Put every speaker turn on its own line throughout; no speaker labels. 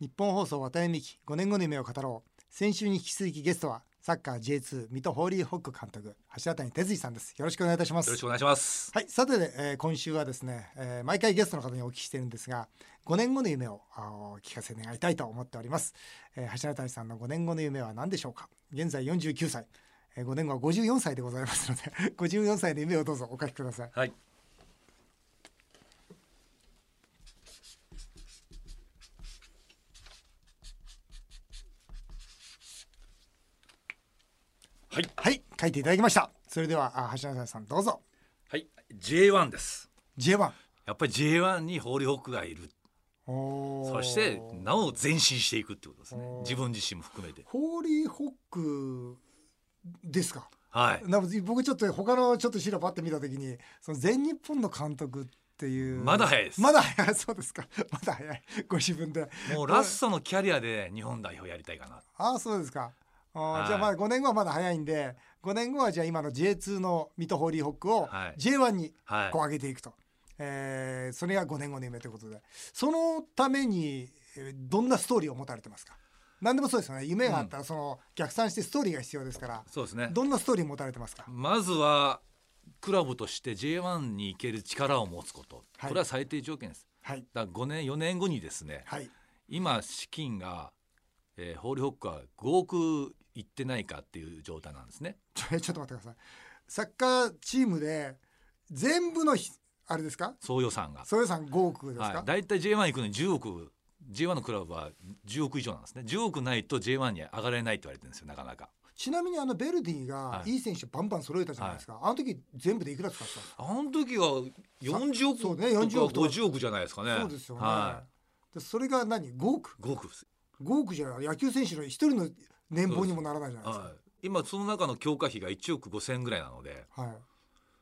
日本放送渡辺美希5年後の夢を語ろう先週に引き続きゲストはサッカー J2 水戸ホーリーホック監督橋谷哲司さんですよろしくお願いいたします
よろしくお願いします。
はい、さて、えー今週はですね、えー毎回ゲストの方にお聞きしてるんですが5年後の夢をあーお聞かせ願いたいと思っております、えー橋谷さんの5年後の夢は何でしょうか現在49歳、え5年後は54歳でございますので 54歳の夢をどうぞお書きください
はい。はい。
はい書いていただきましたそれではあー橋谷さんどうぞ
はい。J1 です。
J1
やっぱり J1 にホーリーホックがいる。
おー
そしてなお前進していくってことですね
おー。
自分自身も含めて。
ホーリーホックですか
はい。
なんか僕ちょっと他のちょっと資料パッて見た時にその全日本の監督っていう
まだ早いです
まだ早いそうですか まだ早いご自分で
もうラッソのキャリアで日本代表やりたいかな。
ああそうですかあー、
はい
じゃあまだ5年後はまだ早いんで5年後はじゃあ今の J2 の水戸ホーリーホックを
はい
J1 に
はい
こう。上げていくと、えーそれが5年後の夢ということでそのためにえーどんなストーリーを持たれてますか何でもそうですよね夢があったらその逆算してストーリーが必要ですから、
そうですね。
どんなストーリー持たれてますか
まずはクラブとして J1 に行ける力を持つこと、
はい
これは最低条件です
はい
だから5年4年後にですね
はい
今資金が、えーホーリーホックは5億いってないかっていう状態なんですね
ちょち ょっと待ってください。サッカーチームで全部のひあれですか？
総予算が
総予算5億ですか？
はい、だいたい J1 行くのに10億 J1 のクラブは10億以上なんですね10億ないと J1 に上がれないって言われてるんですよなかなか
ちなみにあのベルディが
はい
いい選手バンバン揃えたじゃないですか。あの時全部でいくら使ってたんですか？
あの時は40億
そう
とか
ね40億とか
50億じゃないですかね
そうですよね。
は
でそれが何？5億
い、5億です、
？5億じゃ野球選手の一人の年俸にもならないじゃないですか。
はい、今その中の強化費が1億5000ぐらいなので
はい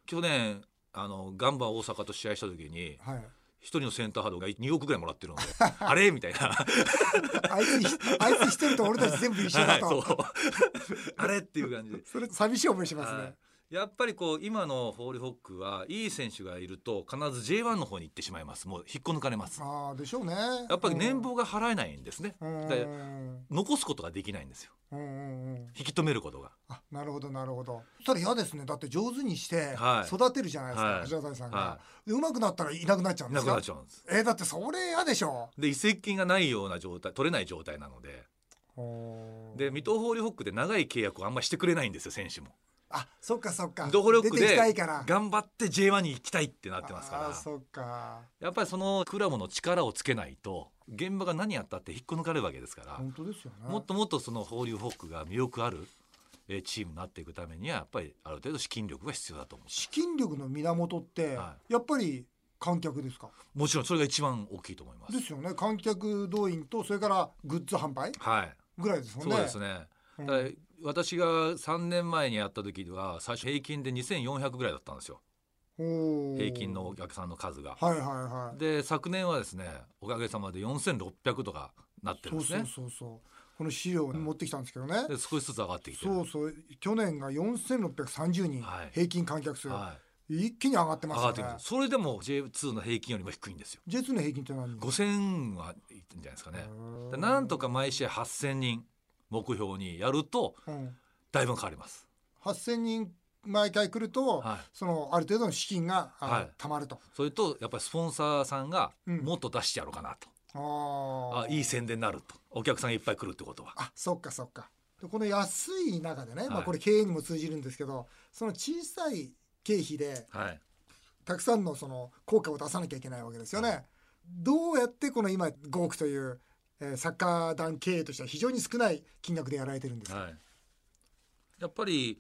去年あのガンバ大阪と試合した時に
はい。
一人のセンターハードが2億ぐらいもらってる のであれみたいな
あいつひあいつ一人と俺たち全部一緒だ
はいそ
と。
う あれっていう感じで、
それ寂しい思いしますね
は。いやっぱりこう今のホーリーホックはいい選手がいると必ず J1 の方に行ってしまいますもう引っこ抜かれます
ああでしょうね。
やっぱり年俸が払えないんですね
うん。
で
うん
残すことができないんですよ
うんうんうん。
引き止めることが
あなるほどなるほどそしたら嫌ですねだって上手にして
はい
育てるじゃないですか、
はい
橋田さんが、
は
でうまくなったらいなくなっちゃうんで
いな
す
く
か
なっちゃうんです
えーだってそれ嫌でしょ
で移籍金がないような状態取れない状態なので
おー
で水戸ホーリーホックで長い契約をあんまりしてくれないんですよ選手も
あそっかそっか
水戸ホーリーホ
出
ック
てき
で
たいから
頑張って J1 に行きたいってなってますから
あーそっか
やっぱりそのクラブの力をつけないと現場が何やったって引っこ抜かれるわけですから、
本当ですよね
もっともっとその放流ホックが魅力あるえーチームになっていくためにはやっぱりある程度資金力が必要だと思
資金力の源って、
は
やっぱり観客ですか
うもちろんそれが一番大きいと思います
ですよね観客動員とそれからグッズ販売
はい
ぐらいですもんね
そうですね、
うん
だから私が3年前にやった時は最初平均で2400ぐらいだったんですよ
おー
平均のお客さんの数が、
はいはいはい
で昨年はですねおかげさまで4600とかなってるんですね
そうそうそうそうこの資料を持ってきたんですけどね、
で少しずつ上がってきてる
そうそう去年が4630人、
はい
平均観客数、
はい
一気に上がってま
上がっ
す
て
よ
く
ね
るそれでも J2 の平均よりも低いんですよ
J2 の平均って何
5000はいってんじゃないですかね
人
でなんとか毎試合8000人目標にやると
うん、
だいぶ変わります
8000人毎回来ると、
はい
そのある程度の資金が、あ
はい
貯まると
それとやっぱりスポンサーさんが
うん
もっと出してやろうかなと、
あ
あいい宣伝になるとお客さんがいっぱい来るってことは
あそっかそっかでこの安い中でね、まあ、
はい
これ経営にも通じるんですけどその小さい経費で
はい
たくさんのその効果を出さなきゃいけないわけですよね。どうやってこの今5億という、えー、サッカー団経営としては非常に少ない金額でやられてるんです。
はいやっぱり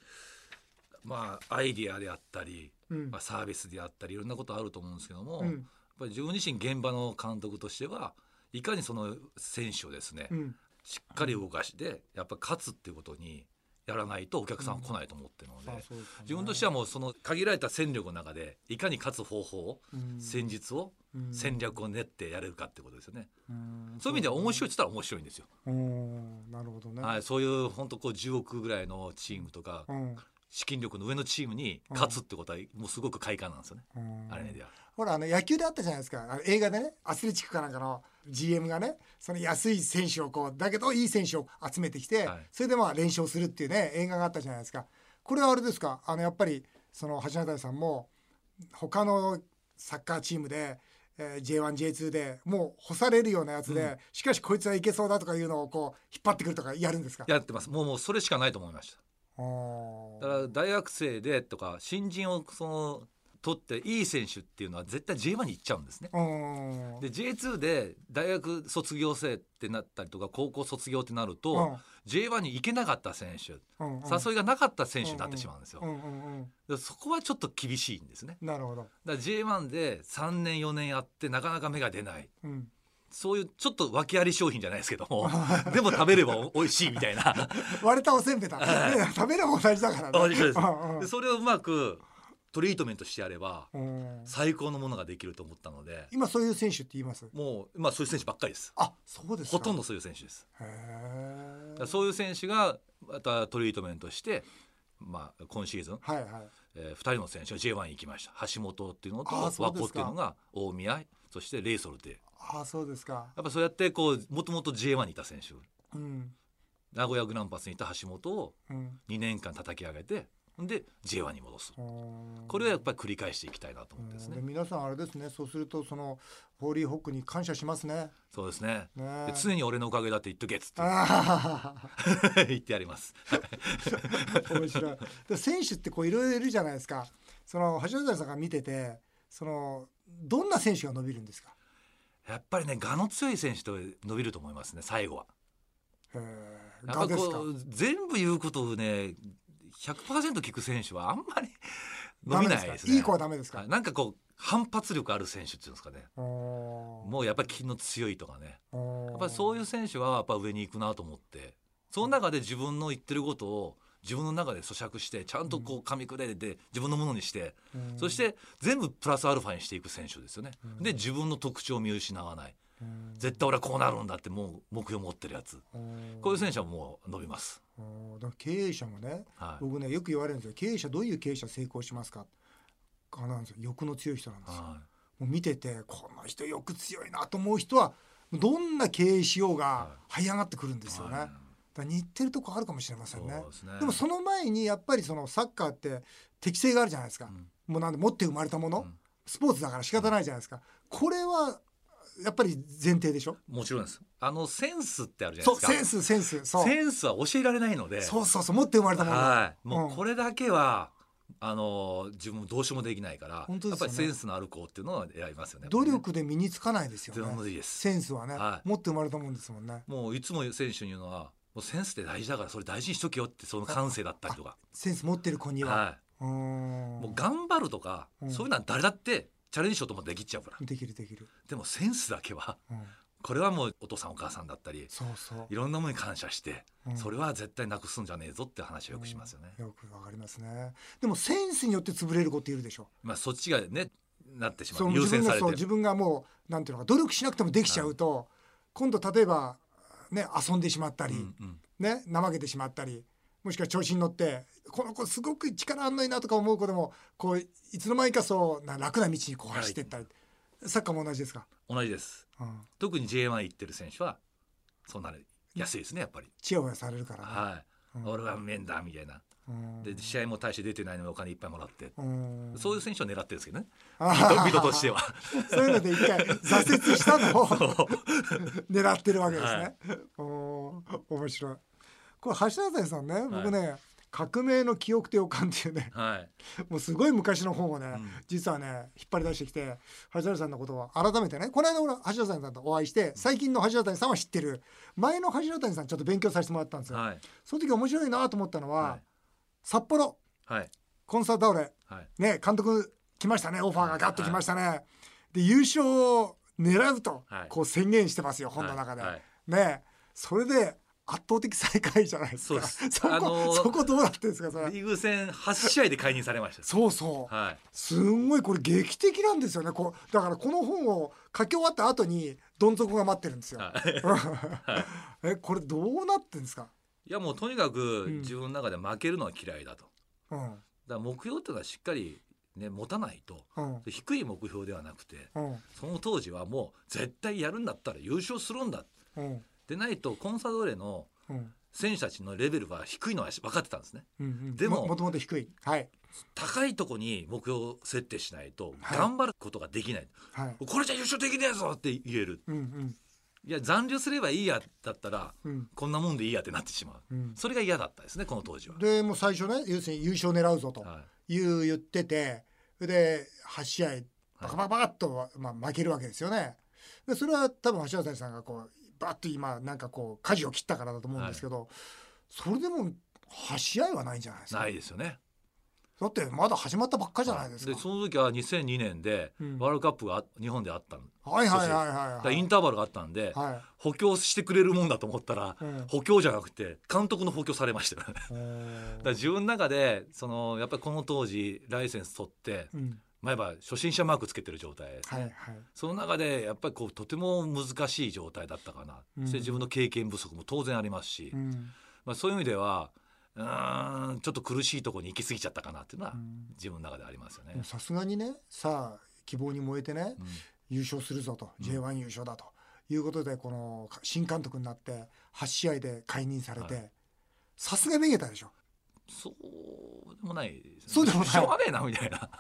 まあアイディアであったり、
うん
まあ、サービスであったりいろんなことあると思うんですけども、
う
やっ
ん
ぱり自分自身現場の監督としてはいかにその選手をですね、
うん
しっかり動かしてやっぱ勝つっていうことにやらないとお客さんは来ないと思ってるので、
まあそうですよね
自分としてはもうその限られた戦力の中でいかに勝つ方法を、
うん
戦術を
うん
戦略を練ってやれるかってことですよね、
うん
そういう意味では面白いって言ったら面白いんですよ、
うんなるほどね。
はい、そういう本当こう10億ぐらいのチームとか
うん
資金力の上のチームに勝つってことはもうすごく快感なんですよね、
うん
あれねでは
ほらあの野球であったじゃないですかあの映画でねアスレチックかなんかの GM がねその安い選手をこうだけどいい選手を集めてきて、
はい
それでまあ連勝するっていうね映画があったじゃないですかこれはあれですかあのやっぱりその橋渡さんも他のサッカーチームで、えー J1J2 でもう干されるようなやつで、
うん
しかしこいつはいけそうだとかいうのをこう引っ張ってくるとかやるんですか
やってますもうもうそれしかないと思いました
おー
だから大学生でとか新人をその取っていい選手っていうのは絶対 J1 に行っちゃうんですね。
うーん
で J2 で大学卒業生ってなったりとか高校卒業ってなると、J1 に行けなかった選手、
うんうんうん
誘いがなかった選手になってしまうんですよ。
うんうんうん
でそこはちょっと厳しいんですね。
なるほど、
だから J1 で3年4年やってなかなか目が出ない
うん、
そういうちょっと訳あり商品じゃないですけど もでも食べればお美味しいみたいな
割れたおせんべいだ。ね食べるも同じだからね。
同じです
うんうん
でそれをうまくトリートメントしてやれば
うん
最高のものができると思ったので
今そういう選手って言います。
もう、まあ、そういう選手ばっかりです
あ、そうですか。
ほとんど。そういう選手です
へ
だか
え
ら。そういう選手がまたトリートメントして、まあ、今シーズン、
はいはい。
えー、2人の選手が J1 に行きました橋本っていうのと
あー
和
そうで
光
すか
っていうのが大宮そしてレイソルで
あ、そうですか。
やっぱそうやってこうもともと J1 にいた選手
うん。
名古屋グランパスにいた橋本を
うん。
2年間叩き上げてで J1 に戻す
うん
これはやっぱり繰り返していきたいなと思ってです
うん
ね
皆さんあれですね。そうするとそのホーリーホックに感謝しますね。
そうですね
ね
で。常に俺のおかげだって言っとけっつっ
あ
て 言ってやります
ー 面白い。で選手ってこういろいろいるじゃないですか。その橋本さんが見てて、そのどんな選手が伸びるんですか。
やっぱりね我の強い選手と伸びると思いますね最後は
へえ。
やっぱ
がです
こ
か。
う全部言うことをね100%聞く選手はあんまり 伸びないですね
いい子はダメですか
はい。なんかこう反発力ある選手っていうんですかね
も
もうやっぱり気の強いとかね
う
や
や
っぱりそういうう選手はやっぱ上に行くなと思ってその中で自分の言ってることを自分の中で咀嚼してちゃんとこう噛み砕いて自分のものにして
ん
そして全部プラスアルファにしていく選手ですよね
うん
で自分の特徴を見失わない
うん
絶対俺はこうなるんだってもう目標持ってるやつ
うん
こういう選手はもう伸びます、
うんだから経営者もね
はい
僕ねよく言われるんですよ経営者どういう経営者成功しますかあなんですよ欲の強い人なんですよ
は
もう見ててこの人欲強いなと思う人はどんな経営しようが這い上がってくるん
い
ですよね、
はい
だから似てるとこあるかもしれませ
そ
ん
う
ね
ですね
でもその前にやっぱりそのサッカーって適性があるじゃないですか、
うん
もうなんで持って生まれたもの、
うん
スポーツだから仕方ないじゃないですかこれはやっぱり前提でしょ
もちろんですあのセンスってあるじゃない
そう
ですか
センスセンスそう
センスは教えられないので
そうそうそう持って生まれたものだ
はい、もうこれだけは、あのー自分どうしようもできないから、
本当で
やっ
す
ぱ
よ
り
ね
センスのある子っていうのは選びますよね。
努力で身につかないですよ
全
ね
然です。
センスはね、
はい
持って生まれたもんですもんね
もういつも選手に言うのは、もうセンスって大事だからそれ大事にしとけよってその感性だったり とか、
センス持ってる子には、
は
うーん
い、もう頑張るとか、
うん
そういうのは誰だってチャレンジしようと思ってできちゃうから。
できるできる、
でもセンスだけは、
うん、
これはもうお父さんお母さんだったり、
そうそう
いろんなものに感謝して、
うん
それは絶対なくすんじゃねえぞって話をよくしますよね。
よくわかりますねでもセンスによって潰れる子っているでしょ
まあそっちがねなってしま
そうの
優
自分
先
が
され
そう
て
自分がもうなんていうのか努力しなくてもできちゃうと、今度例えばね遊んでしまったり、
うんうん
ね怠けてしまったりもしくは調子に乗ってこの子すごく力あんのになとか思う子でもこういつの間にかそうな楽な道にこう走っていったり、サッカーも同じですか、
同じです。
うん、
特に J1 行ってる選手はそうなる安いですねやっぱり、
チヤホヤされるからね、
はい、
うん
俺は面だみたいな
うん
で試合も大して出てないのにお金いっぱいもらって、
うん
そういう選手を狙ってるんですけ どね
あー
水戸水戸としては
そういうので一回挫折したのを
そう
狙ってるわけですね、おー面白いこれ橋田さんね僕ね、革命の記憶と予感っていうね
はい、
もうすごい昔の本をね、
うん
実はね引っ張り出してきて橋谷さんのことを改めてねこの間俺橋谷さんとお会いして最近の橋谷さんは知ってる前の橋谷さんちょっと勉強させてもらったんですよ、
はい
その時面白いなと思ったのは、
はい
札幌
はい
コンサート倒れ
はい
ね監督来ましたねオファーがガッと来ましたね、で優勝を狙うと
はい
こう宣言してますよ、本の中で、
はいはい
ねそれで圧倒的最下位じゃないですか
そうです
そこ、
あのー
そこどうなってるんですかそれ
リーグ戦8試合で解任されました
そうそう、
はい
すんごいこれ劇的なんですよねこうだからこの本を書き終わった後にどん底が待ってるんですよ。
は い
えこれどうなってんですか
いやもうとにか
う
く
ん
自分の中で負けるのは嫌いだと、
うん
だから目標っていうのはしっかりね持たないと
うん
で低い目標ではなくて
うん
その当時はもう絶対やるんだったら優勝するんだ
うん
でないとコンサドーレの
うん
選手たちのレベルは低いのは分かってたんですね
うんうん
でも
もともと低いはい
高いとこに目標設定しないと
はい
頑張ることができない、
はい
これじゃ優勝できねえぞって言える
うんうん
いや残留すればいいやだったら
うん
こんなもんでいいやってなってしま
う
う
ん
それが嫌だったですねこの当時は、
でもう最初ね要するに優勝狙うぞと
は
いう言っててで8試合バカバカバカっと、まあ、負けるわけですよね。でそれは多分橋渡さんがこうバッと今なんかこう舵を切ったからだと思うんですけど、それでも8試合はないんじゃないです
い、
か。
ないですよね
だってまだ始まったばっかじゃないですか。
でその時は2002年で
うん
ワールドカップがあ日本であったの
はいはいはい
だ
はい、
か
は
ら
い。
インターバルがあったんで
は
補強してくれるもんだと思ったら
い。うん
補強じゃなくて監督の補強されましたよ ねだか
おー
ら自分の中でそのやっぱりこの当時ライセンス取って
うん
前は初心者マークつけてる状態です
はい
ね、
はい。
その中でやっぱりこうとても難しい状態だったかな、
うん
そして自分の経験不足も当然ありますし、
うん
まあ、そういう意味ではうーんちょっと苦しいところに行き過ぎちゃったかなっていうのは
うん
自分の中でありますよね
でも。さすがにねさあ希望に燃えてね
うん
優勝するぞと、
うん
J1 優勝だということでこの新監督になって8試合で解任され
は
てさすがにめげたでしょ
そうでもないですね
そうでもない
しょうがねえなみた いな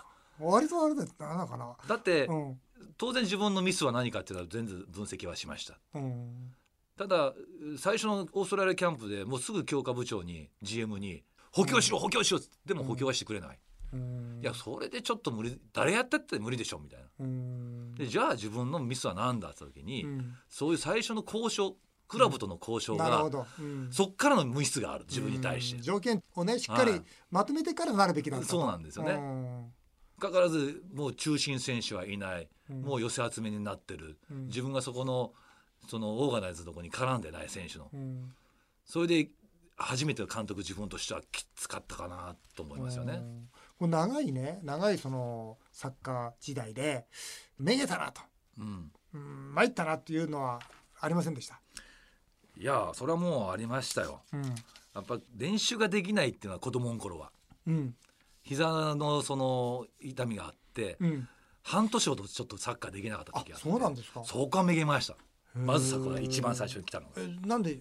割とあれだったなのかな。
だって、
うん
当然自分のミスは何かっていうのは全部分析はしました
うん
ただ最初のオーストラリアキャンプでもうすぐ強化部長に GM に補強しろ補強しろでも補強はしてくれない、
うん
いやそれでちょっと無理誰やったって無理でしょみたいな
うん
でじゃあ自分のミスは何だって時に、
うん
そういう最初の交渉クラブとの交渉
なる
が、
ほど、うん
そっからの無質がある自分に対し
うん
て、
条件をねしっか
は
り
い
まとめてからなるべきだったと
そうなんですよね、
うん
かかわらずもう中心選手はいない、
うん
もう寄せ集めになってる、
うん
自分がそこのそのオーガナイズのとこに絡んでない選手の、
うん
それで初めての監督自分としてはきつかったかなと思いますよ
う
ね。
んこう長いね長いそのサッカー時代でめげたなと、
うん、
うん、参ったなっていうのはありませんでした。
いやそれはもうありましたよ。
うん
やっぱ練習ができないっていうのは子供の頃は
うん
膝のその痛みがあって、
うん、
半年ほどちょっとサッカーできなかった
あ
時があって
そうなんですか
そこはめげましたまずそこが一番最初に来たのが
えなんで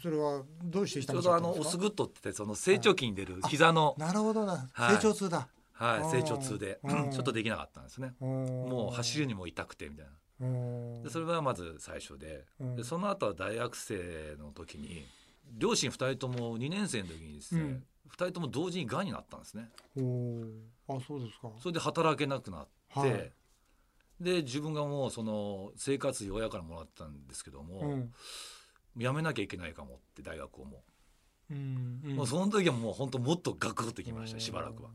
それはどうしてし
ち
た
ょ
ん
う
でしょ
ど
う
あのオスグッドって言ってその成長期に出る膝の、
なるほどな、
はい
成長痛だ
はい
あー
成長痛で
うん
ちょっとできなかったんですねも
も
う走るにも痛くてみたいなでそれがまず最初で
うん
でその後は大学生の時に両親2人とも2年生の時にですね、
うん
2人とも同時にがんになったんですね
あそうですか
それで働けなくなって、
はい
で自分がもうその生活費を親からもらったんですけども、
うん
辞めなきゃいけないかもって大学をも
うんう
う,、
ん
もうその時はもう本当もっとガクッときましたしばらくは、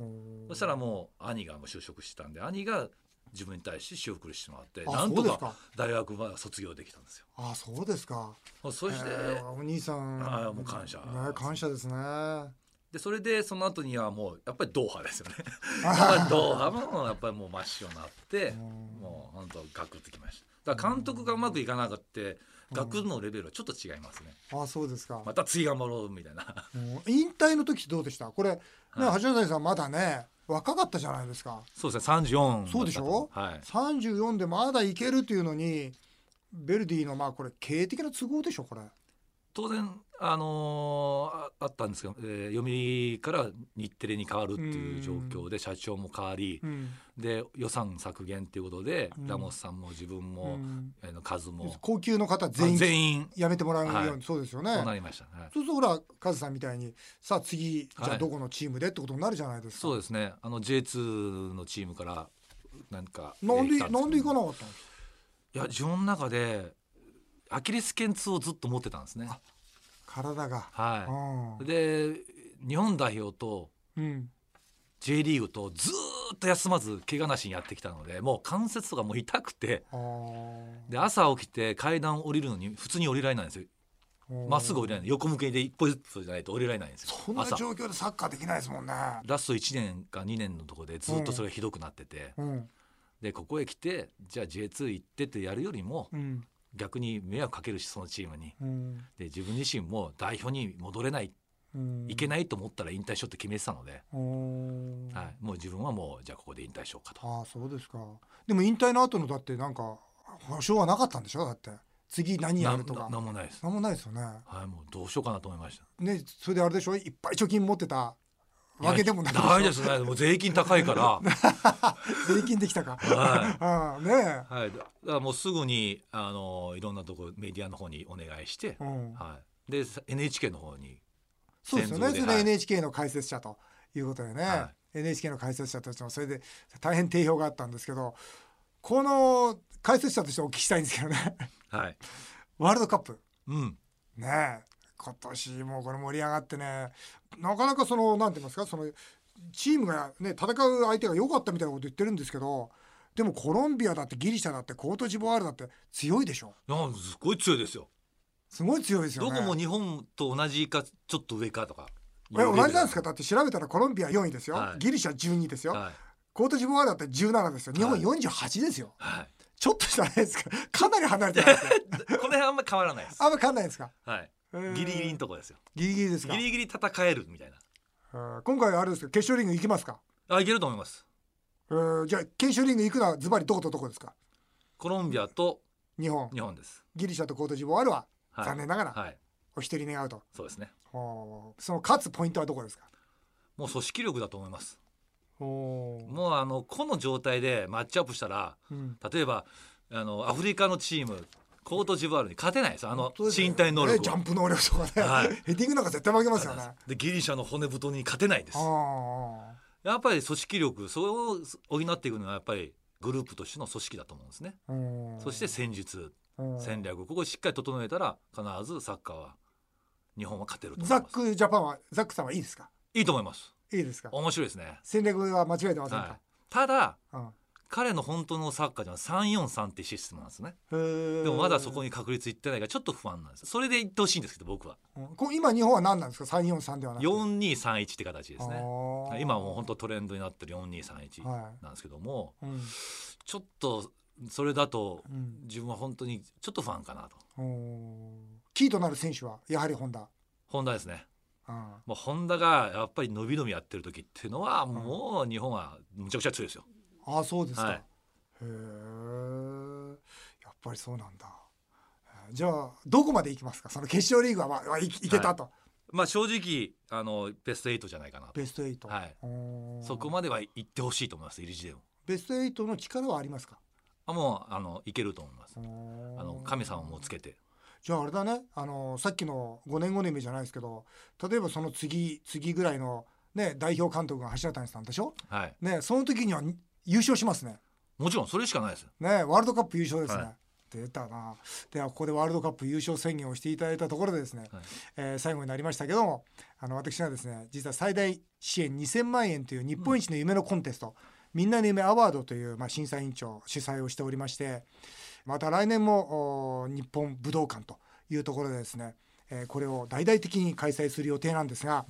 うん
そしたらもう兄がもう就職してたんで兄が自分に対して仕送りしてもらって
あ
なんと
そうです
か
か
大学は卒業できたんですよ
あそうですか
まあそして、
えーお兄さん
あーもう感謝
ね感謝ですねあ
でそれでその後にはもうやっぱりドーハで すよねやっぱり
ー
ドーハもやっぱりもう真っ白になって
うん
もう本当ガクッときましただから監督がうまくいかなくって学のレベルはちょっと違いますね
あそうですか
また次頑張ろうみたいな
うん引退の時どうでしたこれね
は
橋渡さんまだね若かったじゃないですか
そうですね34
そうでしょ
はい
34でまだいけるっていうのにベルディのまあこれ経営的な都合でしょこれ
当然あのーああったんですけど、えー、読売から日テレに変わるっていう状況で社長も変わり
うん
で予算削減っていうことで
うん
ラモスさんも自分
う
も、
ん
あの数も
高級の方
全
全
員
員
全員
やめてもらうように、
はい
そうですよね
そうなりました、はい
そうするとほらカズさんみたいにさあ次じゃ
は
あ
い
どこのチームでってことになるじゃないですか、
そうですねあの J2 のチームからなんか
なんで
来たす
なんで行かなかったんですか
いや自分の中でアキレス腱痛をずっと持ってたんですね
体が、
は
う
い
ん
で日本代表と
うん
J リーグとずーっと休まず怪我なしにやってきたのでもう関節とかもう痛くて
あ
で朝起きて階段降りるのに普通に降りられないんですよ
ー
まっすぐ降りられない横向けで一歩ずつじゃないと降りられないんですよ
そんな
朝
状況でサッカーできないですもんね
ラスト1年か2年のとこでずっとそれがひどくなってて、
うん
でここへ来てじゃあ J2 行ってってやるよりも
うん
逆に迷惑かけるしそのチームに
うん
で自分自身も代表に戻れないっ
うん
いけないと思ったら引退しようって決めてたので、
おー
はい、もう自分はもうじゃあここで引退しようかと
ああそうですかでも引退の後のだってなんか保証はなかったんでしょだって次何や
な
るとか
ななんもないです、
なんもないですよね
はい、もうどうしようかなと思いました
ねそれであれでしょいっぱい貯金持ってたわけで もない
いやない
で
で
し
すねもう税金高 いから
ょ税金できたか
は
ああね
い、はい、だだからもうすぐにあのいろんなとこメディアの方にお願いして
え、う、ん、
はい、で NHK の方に
そうですよね
専属で
それで
はい
NHK の解説者ということでね、
は
NHK の解説者たちもそれで大変定評があったんですけどこの解説者としてお聞きしたいんですけどね
はい、
ワールドカップ
うん、
ねえ今年もうこれ盛り上がってねなかなかそのなんて言いますかそのチームがね戦う相手が良かったみたいなこと言ってるんですけどでもコロンビアだってギリシャだってコートジボワールだって強いでしょ
なんかすごい強いですよ
すごい強いですよ
ど
ね
こも日本と同じかちょっと上かとか
え同じなんですかだって調べたらコロンビア4位ですよ、
はい
ギリシャ12ですよ、
はい、
コートジボワールだって17ですよ日本
はい
48ですよ、
はい
ちょっとしたあれですかかなり離れてない ですか
この辺あんま変わらないです。
あんま変わんないですか
はい。
えー
ギリギリのとこですよ。
ギリギリですか
ギリギリ戦えるみたい
えー今回はあれですけど決勝リング行きますか
な。あ、いけると思います。
えーじゃあ研修リング行くのはズバリどことどこですか
コロンビアと
日本
日本です。
ギリシャとコートジボワールは
はい、
残念ながら
はい。
お一人願うと、
そうですね。
ほうその勝つポイントはどこですか
もう組織力だと思います。
ほう
もうあのこの状態でマッチアップしたら、
うん
例えばあのアフリカのチームコートジボワールに勝てないです。あの
そうですね
身体能
ね
力
ジャ
は
ンプ能力とかね、
はい
ヘディングなんか絶対負けますよね
でギリシャの骨太に勝てないです
あ。あ
やっぱり組織力、それを補っていくのはやっぱりグループとしての組織だと思うんですね。
うん
そして戦術。
うん
戦略ここをしっかり整えたら必ずサッカーは日本は勝てると思
ザ
い
ッ
ます
クジャパンはザックさんはいいですか
いいと思います
いいですか
面白いですね、
戦略は間違えてません
は
か、
い、ただ
うん
彼の本当のサッカーじゃ343ってシステムなんですね
で
でもまだそこに確率いってないからちょっと不安なんですそれでいってほしいんですけど僕は
こ今日本は何なんですか343ではなくて
4231って形ですね
ああ
今はもう本当トレンドになってる4231
は
なんですけども
い、うん
ちょっとそれだと
うん
自分は本当にちょっと不安かなと
うんキーとなる選手はやはり本田。
本田ですね
うん
もうホンダがやっぱり伸び伸びやってる時っていうのはもう日本はむちゃくちゃ強いですよ。
ああそうですか。
はい
へえ。やっぱりそうなんだ。えーじゃあどこまで行きますか。その決勝リーグはまあまあいいけたと、
まあ正直あのベスト8じゃないかなと
ベスト8。
はいう
ーん
そこまでは行ってほしいと思います入り時でも
ベスト8の力はありますか。
あもうあのいけると思います
あ
あの神様もつけて
じゃああれだね。あのさっきの5年後の夢じゃないですけど、例えばその次次ぐらいのね代表監督が柱谷さんでしょ。
はい
ねその時にはに優勝しますね。
もちろんそれしかないです
ねワールドカップ優勝ですね。
は
出たなではここでワールドカップ優勝宣言をしていただいたところでですね、
はい
えー最後になりましたけどもあの私がですね実は最大支援2000万円という日本一の夢のコンテスト、みんなの夢アワードという、まあ、審査委員長主催をしておりましてまた来年もおー日本武道館というところでですね、えーこれを大々的に開催する予定なんですが、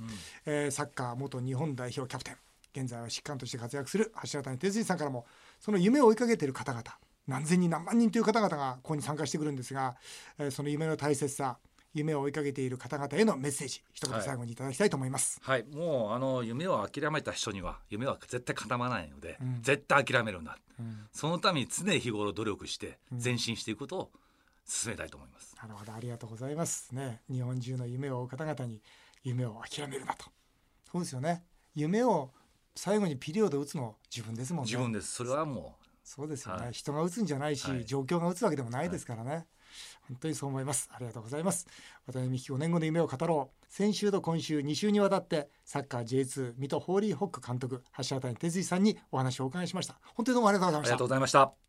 えーサッカー元日本代表キャプテン現在は疾患として活躍する柱谷哲司さんからもその夢を追いかけている方々何千人何万人という方々がここに参加してくるんですが、えーその夢の大切さ夢を追いかけている方々へのメッセージ一言最後にいただきたいと思います。
はいもうあの夢を諦めた人には夢は絶対固まらないので、
うん
絶対諦めるな
うん
そのために常日頃努力して
うん
前進していくことを進めたいと思います、
なるほどありがとうございますね日本中の夢を追う方々に夢を諦めるなとそうですよね夢を最後にピリオドを打つの自分ですもんね
自分ですそれはも
そうですよね、
はい
人が打つんじゃないし、
はい
状況が打つわけでもないですからね、本当にそう思いますありがとうございます渡辺美希5年後の夢を語ろう先週と今週2週にわたってサッカー J2 水戸ホーリーホック監督橋渡哲司さんにお話をお伺いしました本当にどうもありがとうございう
あ
ま
り
し
が
た
とうございました